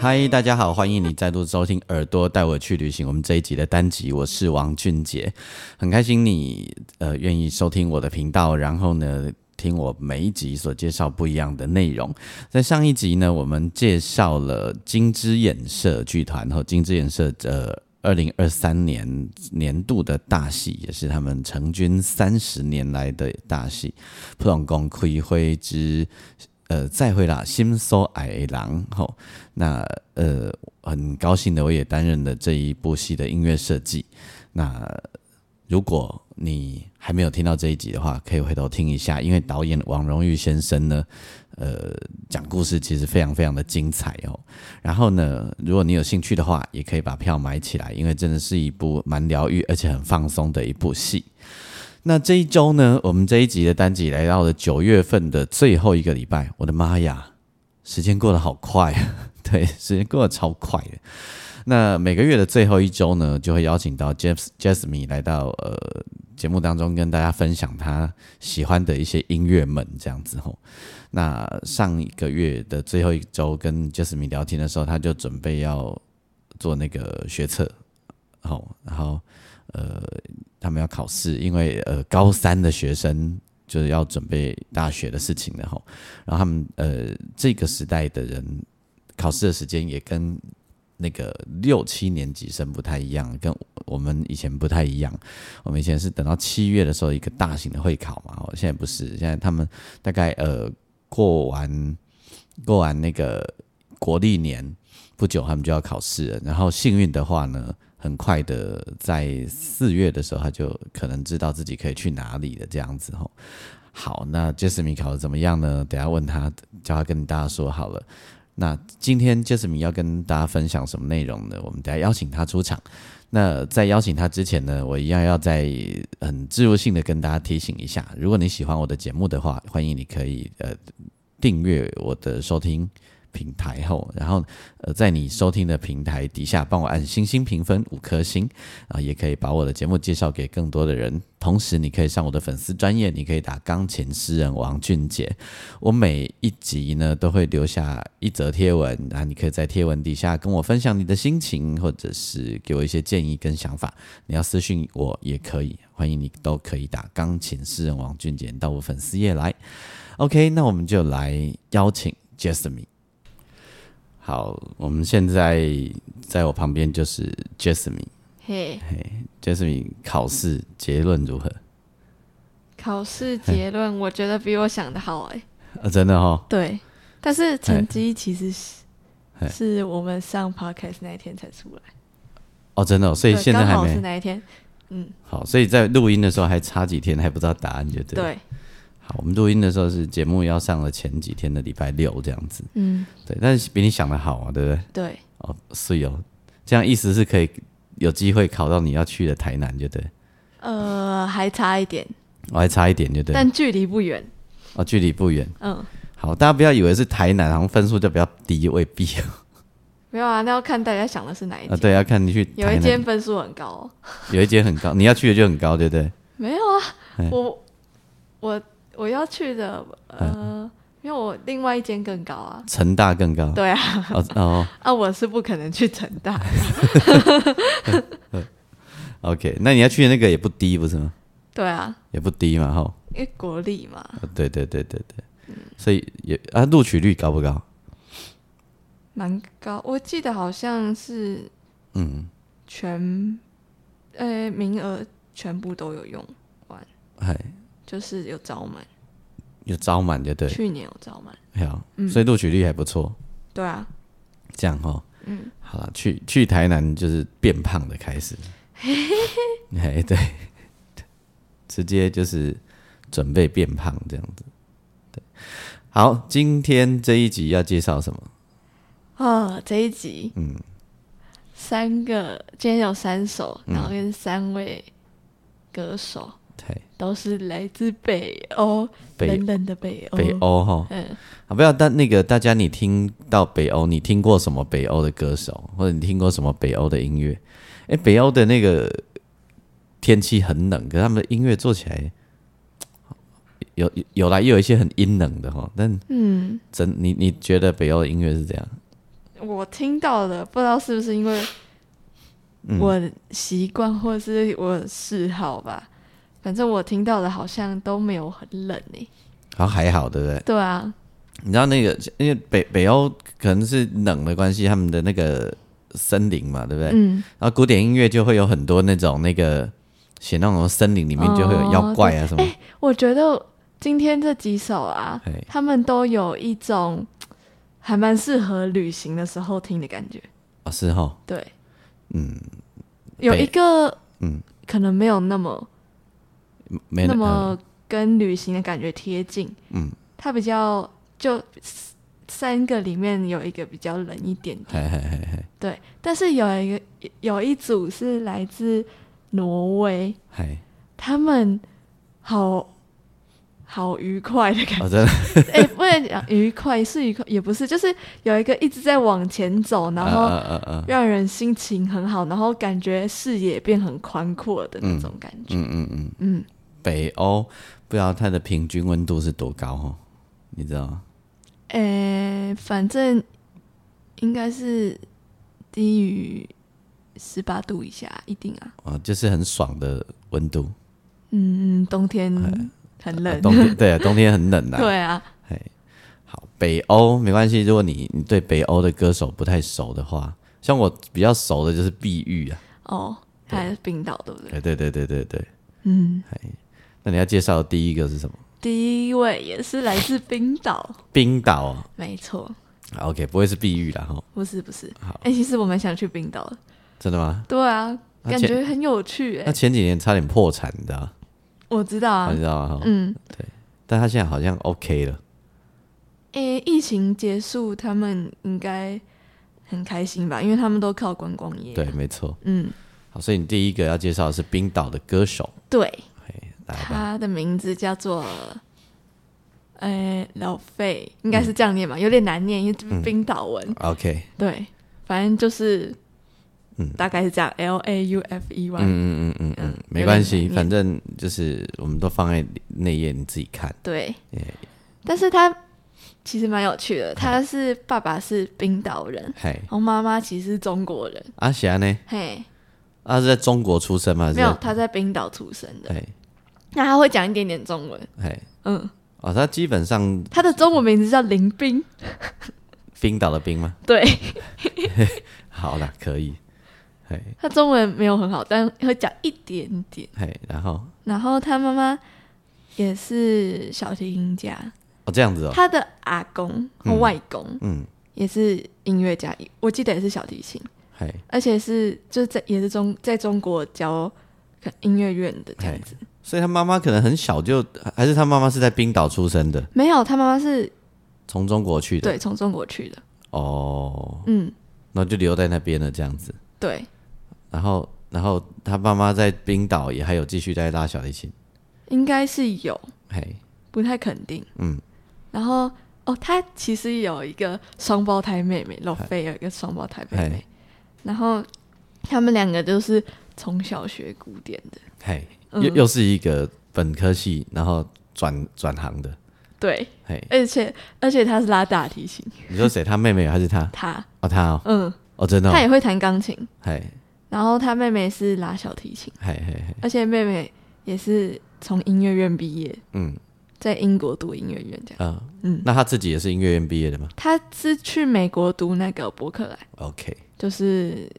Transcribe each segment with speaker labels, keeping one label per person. Speaker 1: 嗨，大家好，欢迎你再度收听《耳朵带我去旅行》。我们这一集的单集，我是王俊杰，很开心你呃愿意收听我的频道，然后呢听我每一集所介绍不一样的内容。在上一集呢，我们介绍了金枝演社剧团和金枝演社呃。二零二三年年度的大戏，也是他们成军三十年来的大戏《普龙宫开会之呃再会啦，心所爱的人》吼。那呃，很高兴的，我也担任了这一部戏的音乐设计。那如果你还没有听到这一集的话，可以回头听一下，因为导演王荣玉先生呢，呃，讲故事其实非常非常的精彩哦。然后呢，如果你有兴趣的话，也可以把票买起来，因为真的是一部蛮疗愈而且很放松的一部戏。那这一周呢，我们这一集的单集来到了九月份的最后一个礼拜，我的妈呀，时间过得好快啊！对， 时间过得超快的。那每个月的最后一周呢，就会邀请到 James Jasmine 来到呃节目当中，跟大家分享他喜欢的一些音乐们这样子吼。那上一个月的最后一周跟 Jasmine 聊天的时候，他就准备要做那个学测，吼，然后呃他们要考试，因为呃高三的学生就是要准备大学的事情了吼。然后他们呃这个时代的人考试的时间也跟那个六七年级生不太一样，跟我们以前不太一样。我们以前是等到七月的时候一个大型的会考嘛，哦，现在不是，现在他们大概呃过完过完那个国历年不久，他们就要考试了。然后幸运的话呢，很快的在四月的时候，他就可能知道自己可以去哪里了，这样子吼。好，那杰斯米考的怎么样呢？等一下问他，叫他跟大家说好了。那今天 Jasmine 要跟大家分享什么内容呢？我们等一下邀请他出场。那在邀请他之前呢，我一样要在很植入性的跟大家提醒一下，如果你喜欢我的节目的话，欢迎你可以呃订阅我的收听平台后，然后呃在你收听的平台底下帮我按星星评分五颗星啊，也可以把我的节目介绍给更多的人。同时，你可以上我的粉丝专业，你可以打钢琴诗人王俊杰，我每一集呢都会留下一则贴文，然后你可以在贴文底下跟我分享你的心情，或者是给我一些建议跟想法。你要私信我也可以，欢迎你都可以打钢琴诗人王俊杰到我粉丝页来。OK，那我们就来邀请 Jasmine。好，我们现在在我旁边就是 Jasmine。
Speaker 2: 嘿，
Speaker 1: Jasmine 考试结论如何？
Speaker 2: 考试结论我觉得比我想的好哎、
Speaker 1: 呃、真的哦，
Speaker 2: 对，但是成绩其实是
Speaker 1: 嘿
Speaker 2: 是我们上 podcast 那一天才出来，
Speaker 1: 哦真的哦，所以
Speaker 2: 对
Speaker 1: 现在还
Speaker 2: 刚好
Speaker 1: 没
Speaker 2: 是。那一天，嗯，
Speaker 1: 好，所以在录音的时候还差几天，还不知道答案，就对。。
Speaker 2: 对，
Speaker 1: 好，我们录音的时候是节目要上了前几天的礼拜六这样子，
Speaker 2: 嗯，
Speaker 1: 对，但是比你想的好啊，对不对？
Speaker 2: 对，
Speaker 1: 哦，是哦，这样意思是可以有机会考到你要去的台南，就
Speaker 2: 嗯
Speaker 1: 对。
Speaker 2: 呃，还差一点，
Speaker 1: 我、还差一点，就对。
Speaker 2: 但距离不远，
Speaker 1: 哦，距离不远。
Speaker 2: 嗯，
Speaker 1: 好，大家不要以为是台南，好像分数就比较低，未 必
Speaker 2: 没有啊，那要看大家想的是哪一
Speaker 1: 啊。
Speaker 2: 间，
Speaker 1: 对，要看你去台
Speaker 2: 有
Speaker 1: 南。
Speaker 2: 一间分数很高、哦，
Speaker 1: 有一间很高，你要去的就很高，对不 对？
Speaker 2: 没有啊
Speaker 1: 嘿，
Speaker 2: 我我我要去的，呃，因为我另外一间更高啊，
Speaker 1: 成大更高。
Speaker 2: 对啊，
Speaker 1: 哦哦
Speaker 2: 啊，我是不可能去成大，
Speaker 1: ，OK，那你要去的那个也不低，不是吗？
Speaker 2: 对啊，
Speaker 1: 也不低嘛，吼。
Speaker 2: 因为国立嘛，
Speaker 1: 哦对对对对对，所以也啊，录取率高不高？
Speaker 2: 蛮高，我记得好像是
Speaker 1: 嗯，
Speaker 2: 全，呃、名额全部都有用，
Speaker 1: 哎，
Speaker 2: 就是有招满，
Speaker 1: 有招满就对，
Speaker 2: 去年有招满，
Speaker 1: 好，所以录取率还不错，
Speaker 2: 对啊，
Speaker 1: 这样哈，嗯，好了，去去台南就是变胖的开始，哎，对， 直接就是准备变胖这样子，对，好，今天这一集要介绍什么？
Speaker 2: 哦，这一集，嗯，三个，今天有三首，然后跟三位歌手、
Speaker 1: 嘿，
Speaker 2: 都是来自北欧，
Speaker 1: 北
Speaker 2: 冷冷的北欧，
Speaker 1: 北欧哈，
Speaker 2: 嗯，
Speaker 1: 啊，不要，但那个大家，你听到北欧，你听过什么北欧的歌手，或者你听过什么北欧的音乐？哎、北欧的那个天气很冷，可是他们的音乐做起来有有有啦，也有一些很阴冷的哈。但
Speaker 2: 嗯，
Speaker 1: 真你你觉得北欧的音乐是这样？
Speaker 2: 我听到了，不知道是不是因为
Speaker 1: 嗯
Speaker 2: 我习惯或者是我嗜好吧，反正我听到的好像都没有很冷诶、
Speaker 1: 好像还好，对不对？
Speaker 2: 对啊，
Speaker 1: 你知道那个，因为北北欧可能是冷的关系，他们的那个森林嘛，对不对？
Speaker 2: 嗯，
Speaker 1: 然后古典音乐就会有很多那种那个写那种森林里面就会有妖怪啊什么，
Speaker 2: 我觉得今天这几首啊
Speaker 1: 嘿，
Speaker 2: 他们都有一种还蛮适合旅行的时候听的感觉。
Speaker 1: 哦是哈，
Speaker 2: 对，
Speaker 1: 嗯，
Speaker 2: 有一个
Speaker 1: 嗯
Speaker 2: 可能没有那么
Speaker 1: 没
Speaker 2: 那
Speaker 1: 嗯
Speaker 2: 么跟旅行的感觉贴近，
Speaker 1: 嗯，
Speaker 2: 它比较就三个里面有一个比较冷一点点，
Speaker 1: 嘿嘿嘿嘿
Speaker 2: 对，但是有一个有一组是来自挪威，
Speaker 1: 嘿，
Speaker 2: 他们好好愉快的感觉。
Speaker 1: 我真的
Speaker 2: 哎、不能讲愉快，是愉快，也不是，就是有一个一直在往前走，然后
Speaker 1: 嗯嗯嗯
Speaker 2: 让人心情很好，然后感觉视野变很宽阔的那种感觉。
Speaker 1: 嗯嗯嗯，
Speaker 2: 嗯，
Speaker 1: 北欧不知道它的平均温度是多高哦，你知道吗？
Speaker 2: 哎、反正应该是低于十八度以下，一定啊。
Speaker 1: 哦，就是很爽的温度，
Speaker 2: 嗯，冬天很冷，
Speaker 1: 哎冬天对啊，冬天很冷啊，
Speaker 2: 对啊，
Speaker 1: 嘿，好，北欧没关系。如果你你对北欧的歌手不太熟的话，像我比较熟的就是碧玉啊。
Speaker 2: 哦，还是冰岛，对不对？
Speaker 1: 哎，对对对对对。
Speaker 2: 嗯，
Speaker 1: 那你要介绍的第一个是什么？
Speaker 2: 第一位也是来自冰岛，
Speaker 1: 冰岛哦。
Speaker 2: 没错，
Speaker 1: 啊 OK，不会是碧玉啦哈？
Speaker 2: 不是不是。
Speaker 1: 好
Speaker 2: 哎、其实我蛮想去冰岛的。
Speaker 1: 真的吗？
Speaker 2: 对啊，
Speaker 1: 那
Speaker 2: 感
Speaker 1: 前
Speaker 2: 觉很有趣哎、
Speaker 1: 那前几年差点破产，你知道吗？
Speaker 2: 我知道啊
Speaker 1: 你，知道吗？哈
Speaker 2: 嗯，
Speaker 1: 但他现在好像 OK 了。
Speaker 2: 诶、哎疫情结束，他们应该很开心吧？因为他们都靠观光业。
Speaker 1: 对，，没错。
Speaker 2: 嗯，
Speaker 1: 好，所以你第一个要介绍的是冰岛的歌手，
Speaker 2: 对，
Speaker 1: 来吧。
Speaker 2: 他的名字叫做。诶，老费应该是这样念吧，有点难念，因为这是冰岛文。
Speaker 1: OK，
Speaker 2: 对，反正就是，
Speaker 1: 嗯
Speaker 2: 大概是这样，L A U F E Y。
Speaker 1: 嗯嗯嗯嗯嗯
Speaker 2: 嗯，
Speaker 1: 没关系，
Speaker 2: 有点难念
Speaker 1: 反正就是我们都放在内页，你自己看。嗯
Speaker 2: 对
Speaker 1: 耶，
Speaker 2: 但是他其实蛮有趣的，他是爸爸是冰岛人，
Speaker 1: 嘿，
Speaker 2: 然后妈妈其实是中国人。
Speaker 1: 阿霞呢？
Speaker 2: 嘿，
Speaker 1: 啊，是在中国出生吗？还是嗯
Speaker 2: 没有，他在冰岛出生的，
Speaker 1: 在，
Speaker 2: 那他会讲一点点中文。
Speaker 1: 哎哎，
Speaker 2: 嗯，
Speaker 1: 哦，他基本上
Speaker 2: 他的中文名字叫林冰，
Speaker 1: 冰岛的冰吗？
Speaker 2: 对
Speaker 1: 好啦，可以，嘿，
Speaker 2: 他中文没有很好，但会讲一点点。
Speaker 1: 嘿，然后
Speaker 2: 然后他妈妈也是小提琴家，
Speaker 1: 哦这样子哦，
Speaker 2: 他的阿公和
Speaker 1: 嗯
Speaker 2: 外公
Speaker 1: 嗯，
Speaker 2: 也是音乐家，我记得也是小提琴，
Speaker 1: 嘿，
Speaker 2: 而且是就是在也是中在中国教音乐院的这样子。
Speaker 1: 所以他妈妈可能很小就，还是他妈妈是在冰岛出生的，
Speaker 2: 没有，他妈妈是
Speaker 1: 从中国去的，
Speaker 2: 对从中国去的，
Speaker 1: 哦，
Speaker 2: 嗯，
Speaker 1: 那就留在那边了这样子，
Speaker 2: 对，
Speaker 1: 然后，然后他爸妈在冰岛也还有继续在拉小提琴，
Speaker 2: 应该是有。
Speaker 1: 嘿，
Speaker 2: 不太肯定。
Speaker 1: 嗯，
Speaker 2: 然后哦，他其实有一个双胞胎妹妹，老菲有一个双胞胎妹
Speaker 1: 嗨
Speaker 2: 妹，然后他们两个就是从小学古典的，
Speaker 1: 嘿，又
Speaker 2: 嗯
Speaker 1: 又是一个本科系，然后转转行的，
Speaker 2: 对，
Speaker 1: 嘿，
Speaker 2: 而且而且他是拉大提琴，
Speaker 1: 你说谁？他妹妹还是他？
Speaker 2: 他
Speaker 1: 哦，他哦，
Speaker 2: 嗯，
Speaker 1: 哦，真的哦
Speaker 2: 他，也会弹钢琴，
Speaker 1: 嘿，
Speaker 2: 然后他妹妹是拉小提琴，
Speaker 1: 嘿嘿嘿，
Speaker 2: 而且妹妹也是从音乐院毕业，
Speaker 1: 嗯。
Speaker 2: 在英国读音乐院这样。
Speaker 1: 啊，嗯
Speaker 2: 嗯，
Speaker 1: 那他自己也是音乐院毕业的吗
Speaker 2: 他是去美国读那个伯克莱，
Speaker 1: ？OK，
Speaker 2: 就是，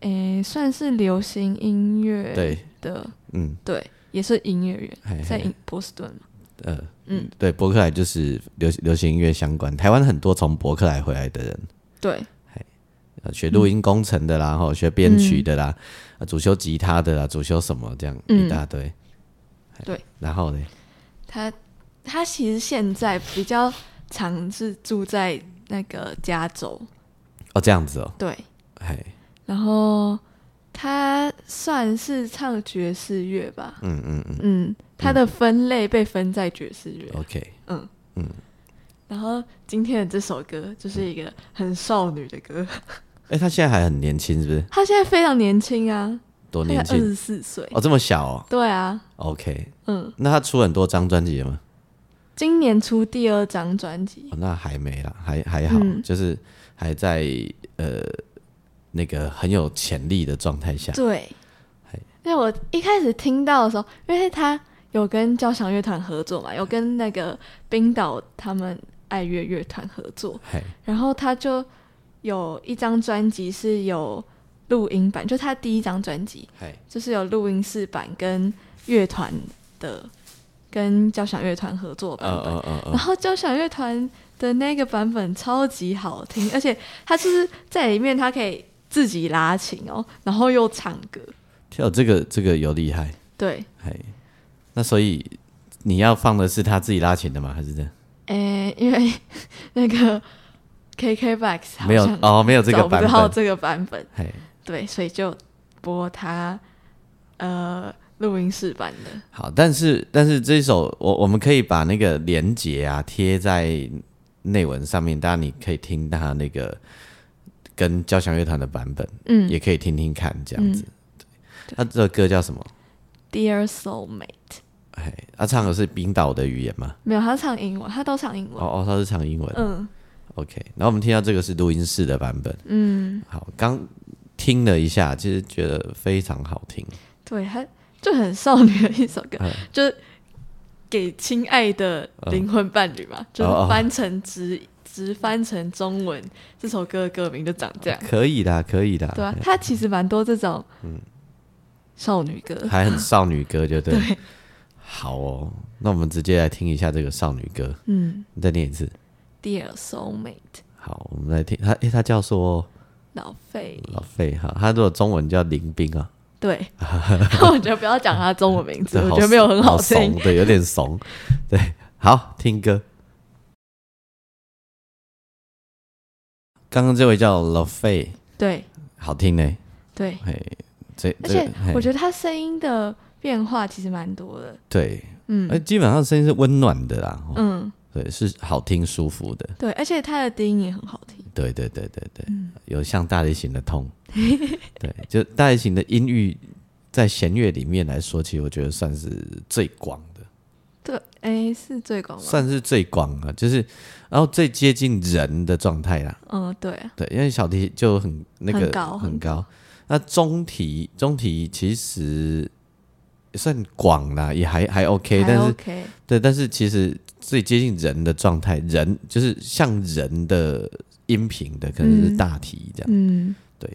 Speaker 2: 诶、算是流行音乐
Speaker 1: 对，
Speaker 2: 的，
Speaker 1: 嗯，
Speaker 2: 对，也是音乐人，
Speaker 1: 嘿嘿
Speaker 2: 在英波士顿嘛。
Speaker 1: 呃，
Speaker 2: 嗯，
Speaker 1: 对，伯克莱就是流流行音乐相关，台湾很多从伯克莱回来的人，
Speaker 2: 对，
Speaker 1: 呃学录音工程的啦，
Speaker 2: 嗯
Speaker 1: 哈、学编曲的啦，啊主修吉他的啦，主修什么这样
Speaker 2: 嗯
Speaker 1: 一大堆，
Speaker 2: 对，
Speaker 1: 然后呢，
Speaker 2: 他他其实现在比较常是住在那个加州，
Speaker 1: 哦，这样子哦，
Speaker 2: 对，
Speaker 1: 嘿，
Speaker 2: 然后他算是唱爵士乐吧，
Speaker 1: 嗯嗯嗯
Speaker 2: 嗯，他的分类被分在爵士乐，
Speaker 1: ，OK，
Speaker 2: 嗯
Speaker 1: 嗯。
Speaker 2: 然后今天的这首歌就是一个很少女的歌，
Speaker 1: 哎、他现在还很年轻，是不是？
Speaker 2: 她现在非常年轻啊，
Speaker 1: 多
Speaker 2: 她
Speaker 1: 哦年
Speaker 2: 才二
Speaker 1: 轻
Speaker 2: 十四岁，
Speaker 1: 哦，这么小哦
Speaker 2: 对啊，
Speaker 1: ，OK。
Speaker 2: 嗯，
Speaker 1: 那他出很多张专辑了吗、
Speaker 2: 今年出第二张专辑，
Speaker 1: 哦？那还没啦，还还好，
Speaker 2: 嗯
Speaker 1: 就是还在呃那个很有潜力的状态下。
Speaker 2: 对
Speaker 1: 嘿，
Speaker 2: 因为我一开始听到的时候，因为他有跟交响乐团合作嘛，有跟那个冰岛他们爱乐乐团合作，
Speaker 1: 嘿，
Speaker 2: 然后他就有一张专辑是有录音版，就他第一张专辑
Speaker 1: 嘿，
Speaker 2: 就是有录音室版跟乐团的跟交响乐团合作版
Speaker 1: 嗯
Speaker 2: 本，
Speaker 1: 嗯嗯
Speaker 2: 然
Speaker 1: 嗯，
Speaker 2: 后交响乐团的那个版本超级好听，而且他就是在里面，他可以自己拉琴哦，然后又唱歌。
Speaker 1: 跳这个这个有厉害，
Speaker 2: 对，
Speaker 1: 嘿。那所以你要放的是他自己拉琴的吗？还是这样？
Speaker 2: 诶，因为 那个 KKBOX 好
Speaker 1: 没有
Speaker 2: 像
Speaker 1: 哦，没有这个
Speaker 2: 找不
Speaker 1: 版
Speaker 2: 到
Speaker 1: 本。
Speaker 2: 这个版本，
Speaker 1: 嘿，
Speaker 2: 对，所以就播他呃录音室版的。
Speaker 1: 好，但是但是这首我我们可以把那个连接啊贴在内文上面，当然你可以听他那个跟交响乐团的版本，
Speaker 2: 嗯
Speaker 1: 也可以听听看这样子。对那、这个歌叫什么？
Speaker 2: ，Dear Soulmate，
Speaker 1: 哎，他、唱的是冰岛的语言吗？
Speaker 2: 没有，他唱英文，他都唱英文。
Speaker 1: 哦哦，他是唱英文。
Speaker 2: 嗯
Speaker 1: OK，然后我们听到这个是录音室的版本。
Speaker 2: 嗯，
Speaker 1: 好，刚听了一下，其实觉得非常好听。
Speaker 2: 对，他就很少女的一首歌，
Speaker 1: 嗯
Speaker 2: 就是给亲爱的灵魂伴侣嘛，就是
Speaker 1: 哦
Speaker 2: 翻成直直翻成中文，这首歌的歌名就长这样，
Speaker 1: 可以的，可以嗯的。哎
Speaker 2: 对啊，它其实蛮多这种少女歌，
Speaker 1: 还很少女歌，就对。
Speaker 2: 对，
Speaker 1: 好哦，那我们直接来听一下这个少女歌。
Speaker 2: 嗯
Speaker 1: 你再念一次。
Speaker 2: ，Dear Soulmate，
Speaker 1: 好，我们来听他，诶，他叫说
Speaker 2: 老费，
Speaker 1: 老费哈，他如果中文叫林冰啊，
Speaker 2: 对， 我觉得不要讲他中文名字，
Speaker 1: 这
Speaker 2: 我
Speaker 1: 好
Speaker 2: 觉得没有很
Speaker 1: 好
Speaker 2: 听
Speaker 1: 怂，，对，有点怂，对，好听歌。刚刚这位叫老费，
Speaker 2: 对
Speaker 1: 好听呢，
Speaker 2: 对，
Speaker 1: 嘿，这，
Speaker 2: 而且
Speaker 1: 这嘿
Speaker 2: 我觉得他声音的变化其实蛮多的，
Speaker 1: 对，
Speaker 2: 嗯
Speaker 1: 哎，基本上声音是温暖的啦，哦
Speaker 2: 嗯，
Speaker 1: 对，是好听舒服的，
Speaker 2: 对，而且他的低音也很好听，
Speaker 1: 对对对对对，
Speaker 2: 嗯
Speaker 1: 有像大提琴的痛，对，就大提琴的音域在弦乐里面来说，其实我觉得算是最广的，
Speaker 2: 对，哎，是最广吗？
Speaker 1: 算是最广了，就是然后最接近人的状态啦。
Speaker 2: 嗯，对啊，
Speaker 1: 对，因为小提就很那个
Speaker 2: 很高很
Speaker 1: 高那中提中提其实也算广啦，也还还 OK，
Speaker 2: 还
Speaker 1: 但是
Speaker 2: OK，
Speaker 1: 对，但是其实最接近人的状态，人就是像人的音频的，可能是
Speaker 2: 嗯
Speaker 1: 大提这样。
Speaker 2: 嗯，
Speaker 1: 对，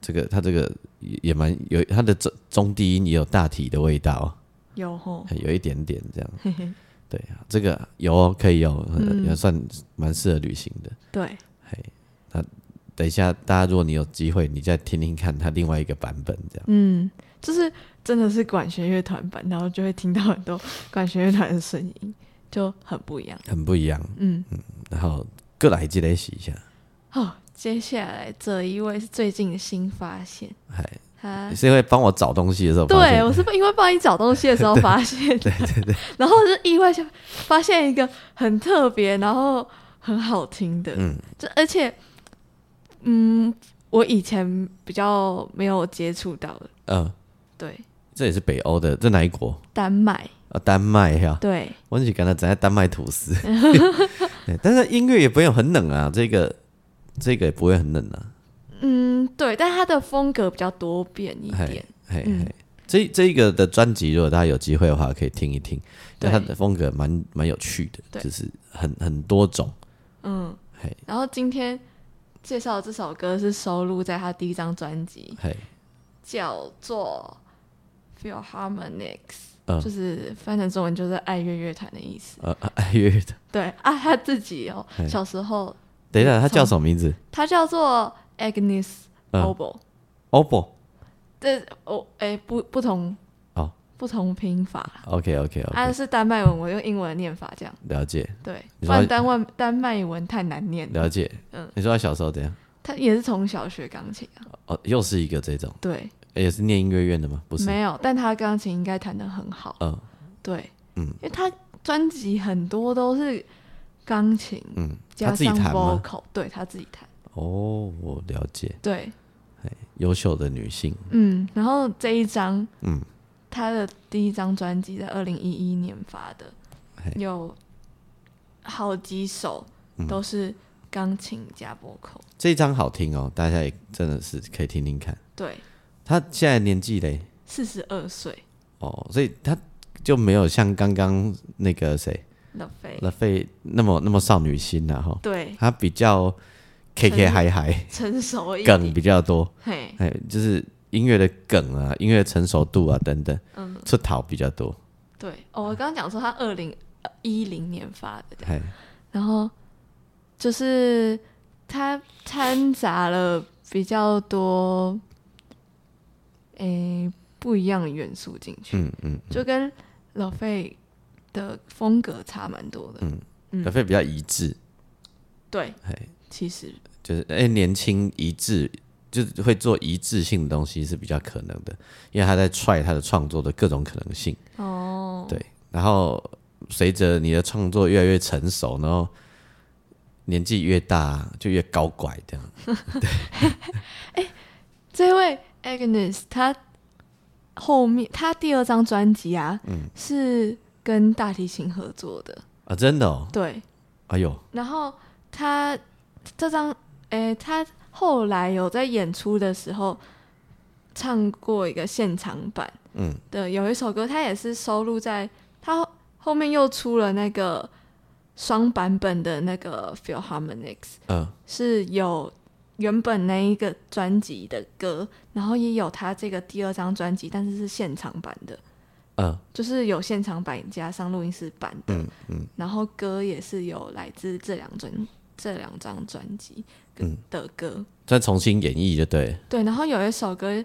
Speaker 1: 这个它这个也也蛮有它的中中低音也有大体的味道，
Speaker 2: 有吼，
Speaker 1: 有一点点这样。
Speaker 2: 嘿嘿，
Speaker 1: 对啊，这个有哦，可以有、呃
Speaker 2: 嗯
Speaker 1: 也算蛮适合旅行的。
Speaker 2: 对，
Speaker 1: 嘿，那等一下大家如果你有机会，你再听听看它另外一个版本这样。
Speaker 2: 嗯，就是真的是管弦乐团版，然后就会听到很多管弦乐团的声音，就很不一样，
Speaker 1: 很不一样，
Speaker 2: 嗯，
Speaker 1: 然后各来积累洗一下，
Speaker 2: 哦，接下来这一位是最近的新发现，
Speaker 1: 哎，
Speaker 2: 他
Speaker 1: 你是因为帮我找东西的时候发
Speaker 2: 啊对
Speaker 1: 现，
Speaker 2: 我是因为帮你找东西的 时候发现的， 然后是意外下发现一个很特别，然后很好听的，
Speaker 1: 嗯，
Speaker 2: 就而且，嗯，我以前比较没有接触到的，
Speaker 1: 嗯、
Speaker 2: 对，
Speaker 1: 这也是北欧的，这哪一国？
Speaker 2: 丹麦，
Speaker 1: 啊，丹麦呀、
Speaker 2: 对，
Speaker 1: 我只是感到在丹麦吐 司，对，但是音乐也不用很冷啊，这个这个也不会很冷啊，
Speaker 2: 嗯，对，但它的风格比较多变一点，
Speaker 1: 嘿嘿，
Speaker 2: 嗯
Speaker 1: 这这一个的专辑，如果大家有机会的话，可以听一听，
Speaker 2: 对
Speaker 1: 但它的风格蛮蛮有趣的，
Speaker 2: 对
Speaker 1: 就是很很多种，
Speaker 2: 嗯
Speaker 1: 嘿，
Speaker 2: 然后今天介绍的这首歌是收录在他第一张专辑，
Speaker 1: 嘿，
Speaker 2: 叫做《Philharmonics》。
Speaker 1: 嗯
Speaker 2: 就是翻成中文就是爱乐乐团的意思。
Speaker 1: 呃， 啊爱乐的，
Speaker 2: 对啊，他自己哦
Speaker 1: 嘿，
Speaker 2: 小时候
Speaker 1: 等一下，它叫什么名字
Speaker 2: 他叫做 Agnes
Speaker 1: 嗯
Speaker 2: Obel，
Speaker 1: ？OPPO
Speaker 2: 这哦，哎、不不同
Speaker 1: 哦，
Speaker 2: 不同拼法。
Speaker 1: OK OK OK，、
Speaker 2: 啊，是丹麦文，我用英文念法这样。
Speaker 1: 了解
Speaker 2: 对，
Speaker 1: 你
Speaker 2: 不
Speaker 1: 说
Speaker 2: 然丹麦丹麦文太难念。
Speaker 1: 了解。
Speaker 2: 嗯
Speaker 1: 你说他小时候怎样？
Speaker 2: 他也是从小学钢琴啊，
Speaker 1: 哦，又是一个这种，
Speaker 2: 对，
Speaker 1: 诶也是念音乐院的吗？哦不是，
Speaker 2: 没有，但他钢琴应该弹得很好。
Speaker 1: 嗯
Speaker 2: 对，
Speaker 1: 嗯
Speaker 2: 因为他专辑很多都是钢琴
Speaker 1: 嗯，他
Speaker 2: 加
Speaker 1: 自己
Speaker 2: 上
Speaker 1: 弹吗？
Speaker 2: vocal，对他自己弹。
Speaker 1: 哦，我了解，
Speaker 2: 对，
Speaker 1: 优秀的女性，
Speaker 2: 嗯，然后这一张，
Speaker 1: 嗯，
Speaker 2: 他的第一张专辑在二零一一年发的，
Speaker 1: 嘿嗯
Speaker 2: 有好几首都是钢琴加 vocal。
Speaker 1: 这一张好听哦，大家也真的是可以听听看。
Speaker 2: 对，
Speaker 1: 她现在年纪嘞，
Speaker 2: 四十二岁，
Speaker 1: 哦，所以她就没有像刚刚那个谁
Speaker 2: 乐飞，
Speaker 1: 乐费那么那么少女心了、哈，
Speaker 2: 对，
Speaker 1: 她比较 K K
Speaker 2: 成
Speaker 1: 嗨嗨，
Speaker 2: 成熟一
Speaker 1: 梗
Speaker 2: 点，
Speaker 1: 比较多，
Speaker 2: 嘿，
Speaker 1: 哎，就是音乐的梗啊，音乐成熟度啊等等，
Speaker 2: 嗯，
Speaker 1: 出逃比较多，
Speaker 2: 对，哦，我刚刚讲说他二零一零年发的，
Speaker 1: 哎，
Speaker 2: 然后就是它掺杂了比较多，诶、不一样的元素进去，
Speaker 1: 嗯嗯，
Speaker 2: 就跟老费的风格差蛮多的。嗯
Speaker 1: 乐费比较一致，
Speaker 2: 对，
Speaker 1: 哎，
Speaker 2: 其实
Speaker 1: 就是哎、年轻一致，就是会做一致性的东西是比较可能的，因为他在踹他的创作的各种可能性。
Speaker 2: 哦，
Speaker 1: 对然后随着你的创作越来越成熟，然后年纪越大就越高拐这样。
Speaker 2: 这位 Agnes 她后面她第二张专辑啊，
Speaker 1: 嗯
Speaker 2: 是跟大提琴合作的，
Speaker 1: 啊，真的哦，
Speaker 2: 对，
Speaker 1: 哎呦，
Speaker 2: 然后他这张，诶、他后来有在演出的时候唱过一个现场版，
Speaker 1: 嗯，
Speaker 2: 的有一首歌，他也是收录在他后后面又出了那个双版本的那个 Philharmonics，
Speaker 1: 呃，
Speaker 2: 是有原本那一个专辑的歌，然后也有他这个第二张专辑，但是是现场版的，
Speaker 1: 呃，
Speaker 2: 就是有现场版加上录音室版的，
Speaker 1: 嗯嗯
Speaker 2: 然后歌也是有来自这两张这两张专辑
Speaker 1: 嗯
Speaker 2: 的歌。
Speaker 1: 再重新演绎就对了，
Speaker 2: 对，然后有一首歌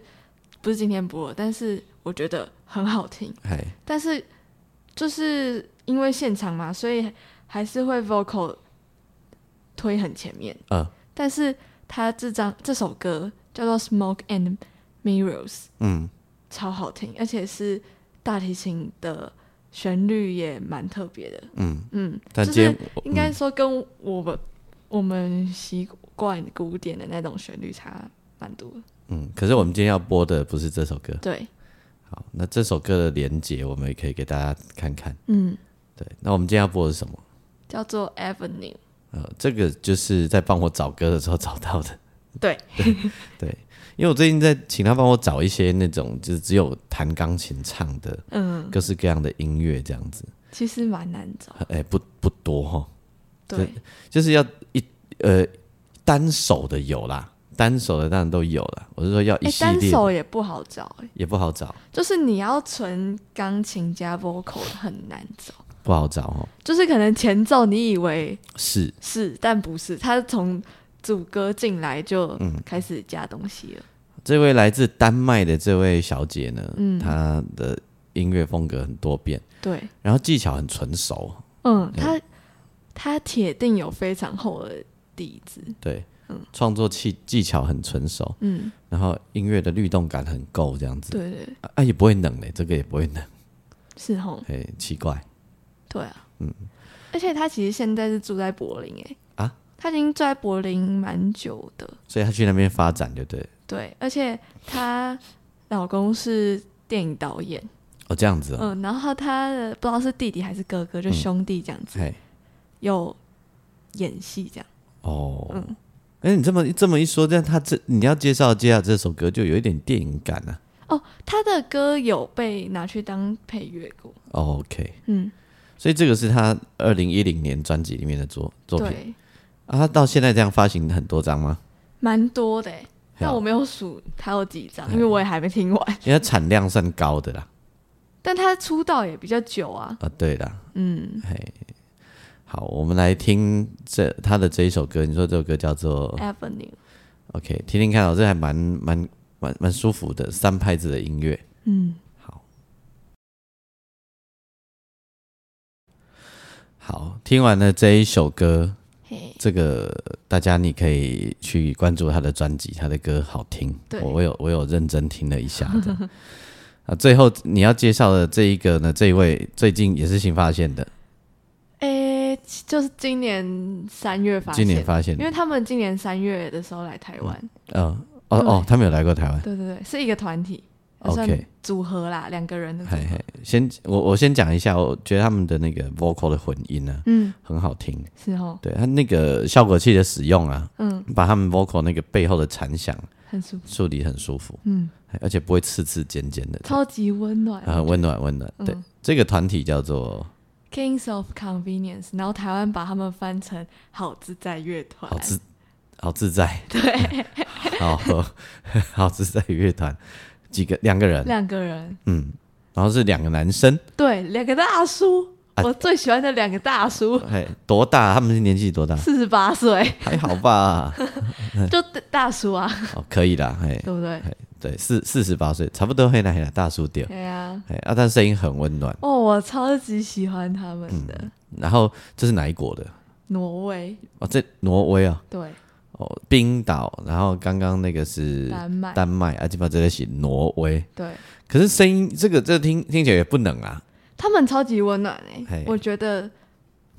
Speaker 2: 不是今天播的，但是我觉得很好听，
Speaker 1: 哎，
Speaker 2: 但是就是因为现场嘛，所以还是会 vocal 推很前面。
Speaker 1: 呃，
Speaker 2: 但是他这张这首歌叫做《Smoke and Mirrors》，
Speaker 1: 嗯，
Speaker 2: 超好听，而且是大提琴的旋律也蛮特别的。
Speaker 1: 嗯
Speaker 2: 嗯，
Speaker 1: 但
Speaker 2: 就
Speaker 1: 今天
Speaker 2: 是应该说跟我们、我们习惯古典的那种旋律差蛮多的。
Speaker 1: 嗯，可是我们今天要播的不是这首歌。
Speaker 2: 对，
Speaker 1: 好，那这首歌的连接我们也可以给大家看看。
Speaker 2: 嗯，
Speaker 1: 对，那我们今天要播的是什么？
Speaker 2: 叫做 Avenue。
Speaker 1: 呃，这个就是在帮我找歌的时候找到的。
Speaker 2: 对
Speaker 1: 对，因为我最近在请他帮我找一些那种就是只有弹钢琴唱的
Speaker 2: 嗯，
Speaker 1: 各式各样的音乐这样子，
Speaker 2: 其实蛮难找。
Speaker 1: 哎、不不多哈，
Speaker 2: 对，
Speaker 1: 就是要一呃单手的有啦，单手的当然都有啦。我是说要一
Speaker 2: 哎、
Speaker 1: 系
Speaker 2: 单
Speaker 1: 列的
Speaker 2: 手也不好找、诶
Speaker 1: 也不好找，
Speaker 2: 就是你要纯钢琴加 vocal 很难找。
Speaker 1: 不好找哦。
Speaker 2: 就是可能前奏你以为
Speaker 1: 是
Speaker 2: 是，但不是，他从主歌进来就开始加东西了。
Speaker 1: 这位来自丹麦的这位小姐呢，
Speaker 2: 嗯
Speaker 1: 她的音乐风格很多变，
Speaker 2: 对，
Speaker 1: 然后技巧很纯熟，
Speaker 2: 嗯，他他铁定有非常厚的底子。
Speaker 1: 对，创作技技巧很纯熟，
Speaker 2: 嗯，
Speaker 1: 然后音乐的律动感很够，这样子
Speaker 2: 对对，对
Speaker 1: 啊啊也不会冷嘞、这个也不会冷，
Speaker 2: 是吼，
Speaker 1: 哎、奇怪，
Speaker 2: 对啊，嗯，而且他其实现在是住在柏林、欸，
Speaker 1: 啊，
Speaker 2: 他已经住在柏林蛮久的。
Speaker 1: 所以他去那边发展就对了
Speaker 2: 对，而且她老公是电影导演，
Speaker 1: 哦，这样子哦，
Speaker 2: 嗯，然后她的不知道是弟弟还是哥哥，就
Speaker 1: 嗯
Speaker 2: 兄弟这样子，
Speaker 1: 嘿、
Speaker 2: 有演戏这样。
Speaker 1: 哦，哎、
Speaker 2: 嗯
Speaker 1: 你这么这么一说，这样他这你要介绍介绍这首歌，就有一点电影感啊。
Speaker 2: 哦，他的歌有被拿去当配乐过，
Speaker 1: 哦 OK，
Speaker 2: 嗯，
Speaker 1: 所以这个是他二零一零年专辑里面的作作品
Speaker 2: 对，
Speaker 1: 啊，他到现在这样发行很多张吗？
Speaker 2: 蛮多的欸。
Speaker 1: 嘿
Speaker 2: 但
Speaker 1: 哦
Speaker 2: 我没有数他有几张，因为我也还没听完。
Speaker 1: 因为它产量算高的啦，
Speaker 2: 但他出道也比较久啊，
Speaker 1: 啊，对啦，
Speaker 2: 嗯
Speaker 1: 嘿，好，我们来听这他的这一首歌。你说这首歌叫做
Speaker 2: ，Avenue，
Speaker 1: OK，听听看哦，这还蛮蛮蛮蛮舒服的，三拍子的音乐。
Speaker 2: 嗯。
Speaker 1: 好。好，听完了这一首歌，
Speaker 2: 嘿，
Speaker 1: 这个大家你可以去关注他的专辑，他的歌好听。
Speaker 2: 对
Speaker 1: 我我有我有认真听了一下的。 啊，最后你要介绍的这一个呢，这一位最近也是新发现的，
Speaker 2: 诶、就是今年三月发现，
Speaker 1: 今年发现
Speaker 2: 因
Speaker 1: 的
Speaker 2: 为，他们今年三月的时候来台湾，
Speaker 1: 嗯、哦哦，他们有来过台湾。
Speaker 2: 对对对，是一个团体，
Speaker 1: OK
Speaker 2: 算组合啦，两个人的组
Speaker 1: 嘿
Speaker 2: 合
Speaker 1: 嘿，先我我先讲一下，我觉得他们的那个 vocal 的混音呢、
Speaker 2: 嗯，
Speaker 1: 很好听，
Speaker 2: 是哦，
Speaker 1: 对他那个效果器的使用啊，
Speaker 2: 嗯，
Speaker 1: 把他们 vocal 那个背后的残响
Speaker 2: 很舒服，
Speaker 1: 处理很舒服，
Speaker 2: 嗯，
Speaker 1: 而且不会刺刺尖尖的，
Speaker 2: 超级温暖。
Speaker 1: 啊，温暖温暖。
Speaker 2: 嗯
Speaker 1: 对，这个团体叫做
Speaker 2: Kings of Convenience，然后台湾把他们翻成好自在乐团，
Speaker 1: 好自好自在，对， 好好自在乐团，几个两个人，
Speaker 2: 两个人，
Speaker 1: 嗯，然后是两个男生，
Speaker 2: 对，两个大叔，
Speaker 1: 啊嗯
Speaker 2: 我最喜欢的两个大叔，？
Speaker 1: 嘿，多大？他们年纪多大
Speaker 2: 四十八 岁，
Speaker 1: 还好 吧？嗯
Speaker 2: 就大叔啊，
Speaker 1: 哦，可以啦，嘿，
Speaker 2: 对不对？
Speaker 1: 对，四四十八岁，差不多黑了黑了，大叔掉。
Speaker 2: 对啊，
Speaker 1: 哎啊，但声音很温暖。
Speaker 2: 哦，我超级喜欢他们的
Speaker 1: 然后这是哪一国的？
Speaker 2: 挪威，
Speaker 1: 哦，这挪威啊，
Speaker 2: 对，
Speaker 1: 哦，冰岛，然后刚刚那个是
Speaker 2: 丹麦，
Speaker 1: 丹麦，啊，基本上这个是挪威。
Speaker 2: 对，
Speaker 1: 可是声音这个这听听起来也不冷啊，
Speaker 2: 他们超级温暖哎、
Speaker 1: 嘿
Speaker 2: 我觉得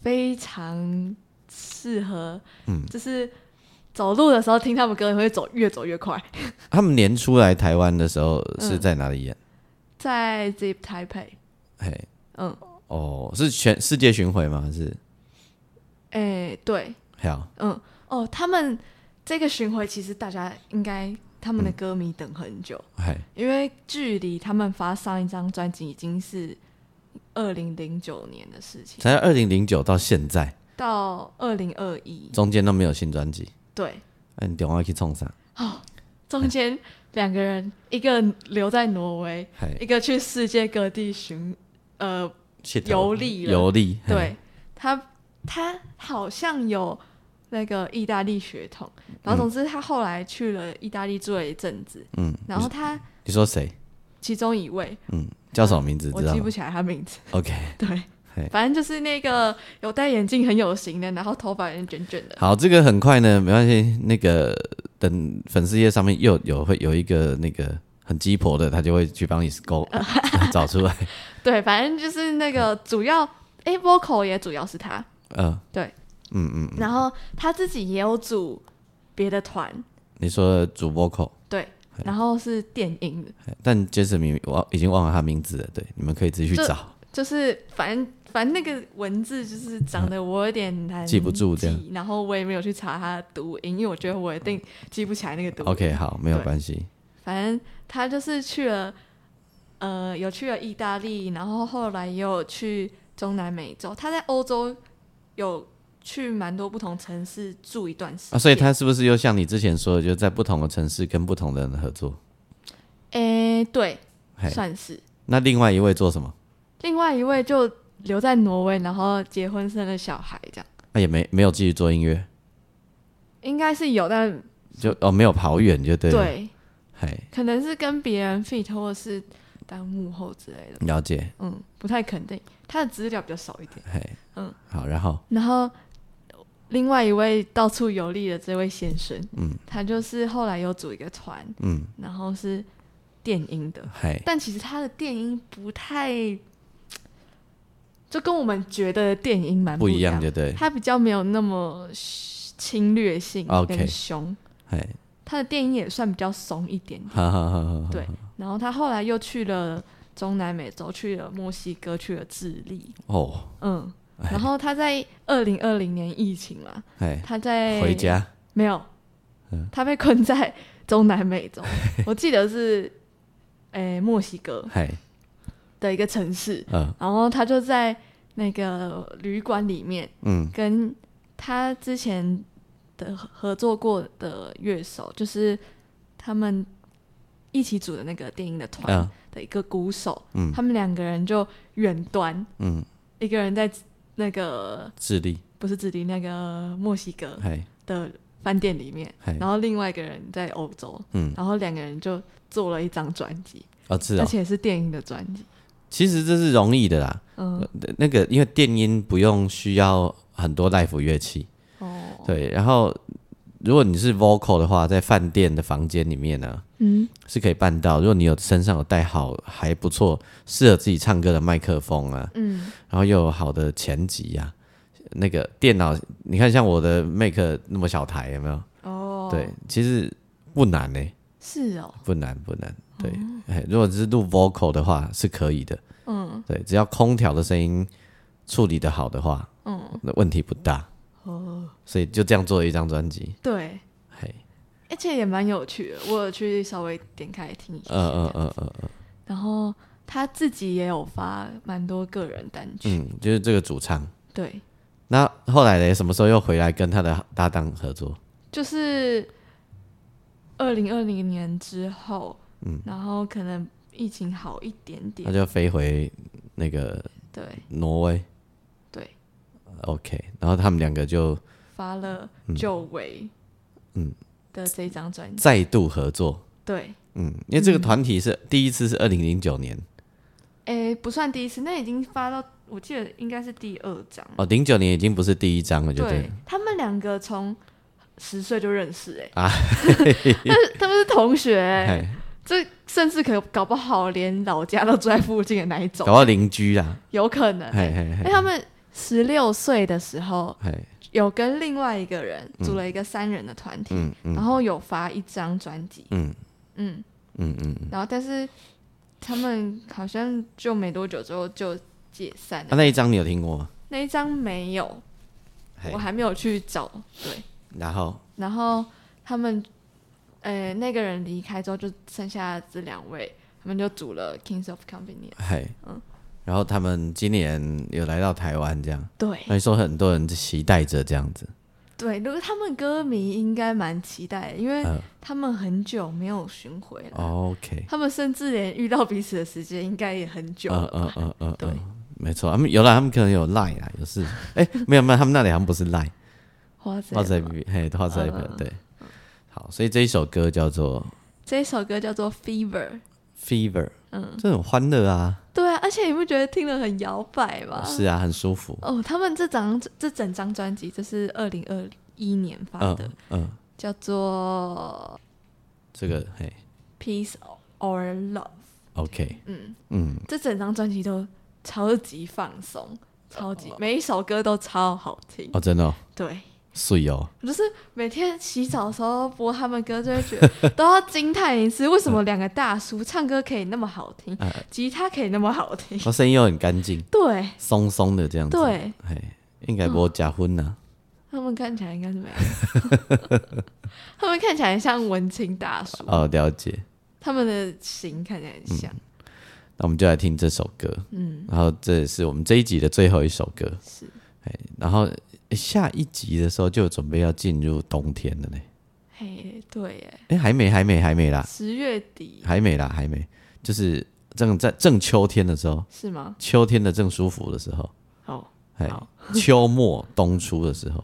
Speaker 2: 非常适合，
Speaker 1: 嗯
Speaker 2: 就是走路的时候听他们歌，你会走越走越快。
Speaker 1: 他们年初来台湾的时候
Speaker 2: 嗯
Speaker 1: 是在哪里演？
Speaker 2: 在 Zip 台北，
Speaker 1: 嘿，
Speaker 2: 嗯，
Speaker 1: 哦，是全世界巡回吗？还是
Speaker 2: 哎、对，
Speaker 1: 好，
Speaker 2: 嗯，哦，他们这个巡回其实大家应该他们的歌迷等很久，
Speaker 1: 嘿，
Speaker 2: 因为距离他们发上一张专辑已经是二零零九年的事情，
Speaker 1: 才二零零九到现在，
Speaker 2: 到二零二一，
Speaker 1: 中间都没有新专辑。
Speaker 2: 对，
Speaker 1: 哎、你电话去冲啥？
Speaker 2: 中间两个人，一个留在挪威，
Speaker 1: 嘿，
Speaker 2: 一个去世界各地巡，呃，
Speaker 1: 去头
Speaker 2: 游历了
Speaker 1: 游历，嘿，
Speaker 2: 对他，他好像有那个意大利血统，然后总之他后来去了意大利住了一阵子，
Speaker 1: 嗯，
Speaker 2: 然后他
Speaker 1: 你说谁？
Speaker 2: 其中一位，
Speaker 1: 嗯，叫什么名字？
Speaker 2: 我
Speaker 1: 知道
Speaker 2: 记
Speaker 1: 吗
Speaker 2: 不起来他名字，
Speaker 1: ？OK，
Speaker 2: 对
Speaker 1: 嘿，
Speaker 2: 反正就是那个有戴眼镜很有型的，然后头发有点卷卷的，
Speaker 1: 好，这个很快呢，没关系。那个等粉丝页上面又有会有一个那个很鸡婆的，他就会去帮你勾
Speaker 2: 呃
Speaker 1: 找出来。
Speaker 2: 对，反正就是那个主要，诶 v o c a l 也主要是他，
Speaker 1: 嗯，
Speaker 2: 对，
Speaker 1: 嗯嗯，
Speaker 2: 然后他自己也有组别的团，
Speaker 1: 你说主 vocal，
Speaker 2: 对，然后是电音的，
Speaker 1: 但 Jasmine 我已经忘了他名字了，对，你们可以自己去
Speaker 2: 这
Speaker 1: 找。
Speaker 2: 就是反正反正那个文字就是长得我有点难
Speaker 1: 记不住这样
Speaker 2: 记，然后我也没有去查它的读音，因为我觉得我一定记不起来那个读音。
Speaker 1: OK，好，没有
Speaker 2: 对
Speaker 1: 关系。
Speaker 2: 反正他就是去了，呃，有去了意大利，然后后来也有去中南美洲，他在欧洲有去蛮多不同城市住一段时间。
Speaker 1: 啊，所以他是不是又像你之前说的，就在不同的城市跟不同的人合作？
Speaker 2: 诶、对，
Speaker 1: 嘿，
Speaker 2: 算是。
Speaker 1: 那另外一位做什么？
Speaker 2: 另外一位就留在挪威，然后结婚生了小孩，这样
Speaker 1: 那、啊也没没有继续做音乐，
Speaker 2: 应该是有，但
Speaker 1: 就哦没有跑远就对了。，
Speaker 2: 对
Speaker 1: 嘿，
Speaker 2: 可能是跟别人 fit 或是当幕后之类的，
Speaker 1: 了解，
Speaker 2: 嗯，不太肯定。他的资料比较少一点。
Speaker 1: 嘿，嗯
Speaker 2: 嗯，
Speaker 1: 好，然后
Speaker 2: 然后另外一位到处游历的这位先生，嗯，他就是后来有组一个团，
Speaker 1: 嗯，
Speaker 2: 然后是电音的，
Speaker 1: 嘿，
Speaker 2: 但其实他的电音不太，就跟我们觉得电音蛮
Speaker 1: 不
Speaker 2: 一
Speaker 1: 一样就对。
Speaker 2: 他比较没有那么侵略性
Speaker 1: OK
Speaker 2: 跟凶，
Speaker 1: 嘿，
Speaker 2: 他的电音也算比较松一点点。
Speaker 1: 哈哈哈哈哈。
Speaker 2: 对，然后他后来又去了中南美洲，去了墨西哥，去了智利，
Speaker 1: 哦，
Speaker 2: 嗯，然后他在二零二零年疫情嘛，
Speaker 1: 哎，
Speaker 2: 他在
Speaker 1: 回家嗯
Speaker 2: 没有，他被困在中南美 洲，我记得是诶、墨西哥
Speaker 1: 嘿，
Speaker 2: 的一个城市，
Speaker 1: 嗯
Speaker 2: 然后他就在那个旅馆里面
Speaker 1: 嗯，
Speaker 2: 跟他之前的合合作过的乐手，就是他们一起组的那个电影的团，
Speaker 1: 嗯
Speaker 2: 的一个鼓手，
Speaker 1: 嗯
Speaker 2: 他们两个人就远端，
Speaker 1: 嗯，
Speaker 2: 一个人在那个
Speaker 1: 智利，
Speaker 2: 不是智利，那个墨西哥
Speaker 1: 嘿，
Speaker 2: 的饭店里面，
Speaker 1: 嘿，
Speaker 2: 然后另外一个人在欧洲，
Speaker 1: 嗯，
Speaker 2: 然后两个人就做了一张专辑，
Speaker 1: 哦，是
Speaker 2: 而
Speaker 1: 哦，
Speaker 2: 且是电影的专辑，
Speaker 1: 其实这是容易的啦。
Speaker 2: 嗯，
Speaker 1: 那那个因为电音不用需要很多 l i f e 乐器，
Speaker 2: 哦，
Speaker 1: 对。然后如果你是 vocal 的话，在饭店的房间里面呢、
Speaker 2: 嗯，
Speaker 1: 是可以办到。如果你有身上有带好还不错适合自己唱歌的麦克风啊，
Speaker 2: 嗯，
Speaker 1: 然后又有好的前级呀、那个电脑，你看像我的 Mac 那么小台有没有？
Speaker 2: 哦，
Speaker 1: 对，，其实不难呢、
Speaker 2: 是哦，
Speaker 1: 不难不难。对，哎、如果只是录 vocal 的话是可以的，
Speaker 2: 嗯，
Speaker 1: 对，只要空调的声音处理的好的话，
Speaker 2: 嗯，
Speaker 1: 那问题不大。
Speaker 2: 哦，
Speaker 1: 所以就这样做了一张专辑，
Speaker 2: 对，
Speaker 1: 嘿，
Speaker 2: 而且也蛮有趣的，我有去稍微点开来听一下，
Speaker 1: 呃呃呃呃，
Speaker 2: 然后他自己也有发蛮多个人单曲，
Speaker 1: 嗯，就是这个主唱。
Speaker 2: 对，
Speaker 1: 那后来呢？什么时候又回来跟他的搭档合作？
Speaker 2: 就是二零二零年之后，嗯，然后可能疫情好一点
Speaker 1: 他
Speaker 2: 点，
Speaker 1: 就飞回那个
Speaker 2: 对
Speaker 1: 挪威
Speaker 2: 对，
Speaker 1: ，OK，然后他们两个就
Speaker 2: 发了久违，
Speaker 1: 嗯
Speaker 2: 的这张专辑，
Speaker 1: 再度合作。
Speaker 2: 对，
Speaker 1: 嗯，因为这个团体是、第一次是二零零九
Speaker 2: 嗯
Speaker 1: 年
Speaker 2: 诶，不算第一次，那已经发到我记得应该是第二张，
Speaker 1: 哦，零九年已经不是第一张了，就对
Speaker 2: 对
Speaker 1: 了。
Speaker 2: 他们两个从十岁就认识、欸，
Speaker 1: 啊
Speaker 2: 哎、他们是同学、 欸，
Speaker 1: 哎，
Speaker 2: 这甚至可搞不好连老家都住在附近的那一种
Speaker 1: 搞，到邻居啦，
Speaker 2: 有可能、
Speaker 1: 嘿
Speaker 2: 欸。
Speaker 1: 嘿
Speaker 2: 因
Speaker 1: 嘿
Speaker 2: 为他们十六岁的时候，
Speaker 1: 嘿，
Speaker 2: 有跟另外一个人组了一个三人的团体，
Speaker 1: 嗯嗯
Speaker 2: 然后有发一张专辑，
Speaker 1: 嗯
Speaker 2: 嗯，
Speaker 1: 嗯嗯，嗯
Speaker 2: 然后但是他们好像就没多久之后就解散
Speaker 1: 啊、
Speaker 2: 了，
Speaker 1: 那一张你有听过吗？
Speaker 2: 那一张没有，
Speaker 1: 嘿
Speaker 2: 我，还没有去找，对。
Speaker 1: 然后
Speaker 2: 然后他们，呃，那个人离开之后，就剩下这两位，他们就组了 Kings of Convenience。
Speaker 1: 嘿，
Speaker 2: 嗯
Speaker 1: 然后他们今年有来到台湾，这样，
Speaker 2: 对
Speaker 1: 那你说很多人期待着这样子，
Speaker 2: 对，如果他们歌迷应该蛮期待的，因为
Speaker 1: 嗯
Speaker 2: 他们很久没有巡回了，
Speaker 1: 哦，OK，
Speaker 2: 他们甚至连遇到彼此的时间应该也很久
Speaker 1: 嗯
Speaker 2: 了吧。
Speaker 1: 嗯嗯嗯，
Speaker 2: 对
Speaker 1: 嗯，没错，他们有了，他们可能有 Line 啊，有事， 哎，没有没有，他们那里好像不是 Line。
Speaker 2: 花泽
Speaker 1: 画在 B，嘿，画在 B，
Speaker 2: 嗯嗯
Speaker 1: 对。好，所以这一首歌叫做
Speaker 2: 这一首歌叫做《Fever》，
Speaker 1: 《Fever》，
Speaker 2: 嗯，
Speaker 1: 这很欢乐啊，
Speaker 2: 对啊，而且你不觉得听了很摇摆吗？
Speaker 1: 是啊，很舒服。
Speaker 2: 哦，他们这张这整张专辑，这是二零二一年发
Speaker 1: 嗯
Speaker 2: 的，
Speaker 1: 嗯，
Speaker 2: 叫做
Speaker 1: 这个嘿
Speaker 2: 《Peace or Love》。
Speaker 1: ，OK，
Speaker 2: 嗯，
Speaker 1: 嗯，
Speaker 2: 这整张专辑都超级放松，超级每一首歌都超好听。
Speaker 1: 哦，真的哦，
Speaker 2: 对，
Speaker 1: 睡 哦，
Speaker 2: 就是每天洗澡的时候播他们歌，就会觉得都要惊叹一次，为什么两个大叔唱歌可以那么好听，吉他可以那么好听？
Speaker 1: 那声音又很干净，
Speaker 2: 对，
Speaker 1: 松松的这样子。
Speaker 2: 对，
Speaker 1: 嘿，应该不会啊假婚呐。
Speaker 2: 他们看起来应该是没有，他们看起来像文青大叔，
Speaker 1: 哦，了解。
Speaker 2: 他们的型看起来很像。
Speaker 1: 那我们就来听这首歌，
Speaker 2: 嗯，
Speaker 1: 然后这也是我们这一集的最后一首歌。哎
Speaker 2: 是，
Speaker 1: 然后下一集的时候就准备要进入冬天了呢。
Speaker 2: 嘿，对耶，
Speaker 1: 哎，还没，还没，还没啦。
Speaker 2: 十月底
Speaker 1: 还没啦，还没，就是正在正秋天的时候，
Speaker 2: 是吗？
Speaker 1: 秋天的正舒服的时候，
Speaker 2: 好，
Speaker 1: 哎
Speaker 2: 好，哦
Speaker 1: 秋末冬初的时 候，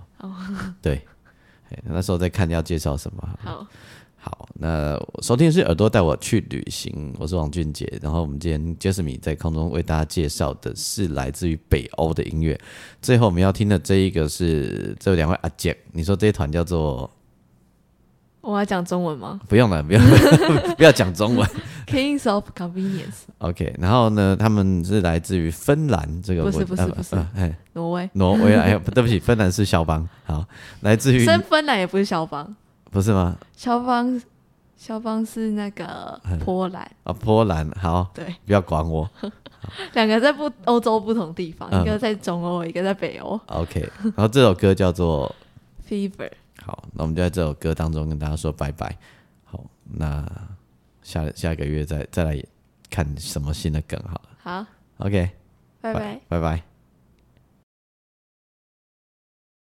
Speaker 1: 对，哎，那时候再看要介绍什么。
Speaker 2: 好，
Speaker 1: 好，那收听的是耳朵带我去旅行，我是王俊杰。然后我们今天 Jasmine 在空中为大家介绍的是来自于北欧的音乐。最后我们要听的这一个是这两位阿杰，你说这一团叫做
Speaker 2: 我要讲中文吗？
Speaker 1: 不用了，不用了，不要讲中文。
Speaker 2: Kings of Convenience，
Speaker 1: OK，然后呢，他们是来自于芬兰这个
Speaker 2: 不是
Speaker 1: 国
Speaker 2: 不是
Speaker 1: 呃
Speaker 2: 不是
Speaker 1: 呃哎，
Speaker 2: 挪威。
Speaker 1: 挪威啊，哎呦，对不起，芬兰是肖邦，好，来自于
Speaker 2: 生芬兰也不是肖邦，
Speaker 1: 不是吗？
Speaker 2: 肖邦肖邦是那个波兰，
Speaker 1: 啊，波兰，好，
Speaker 2: 对，
Speaker 1: 不要管我
Speaker 2: 两个在不欧洲不同地方，
Speaker 1: 嗯
Speaker 2: 一个在中欧，一个在北欧。
Speaker 1: ，OK。然后这首歌叫做
Speaker 2: Fever，
Speaker 1: 好，那我们就在这首歌当中跟大家说拜拜。好，那下下个月再再来看什么新的梗好了
Speaker 2: 好，
Speaker 1: ，OK，
Speaker 2: 拜拜。
Speaker 1: 拜拜。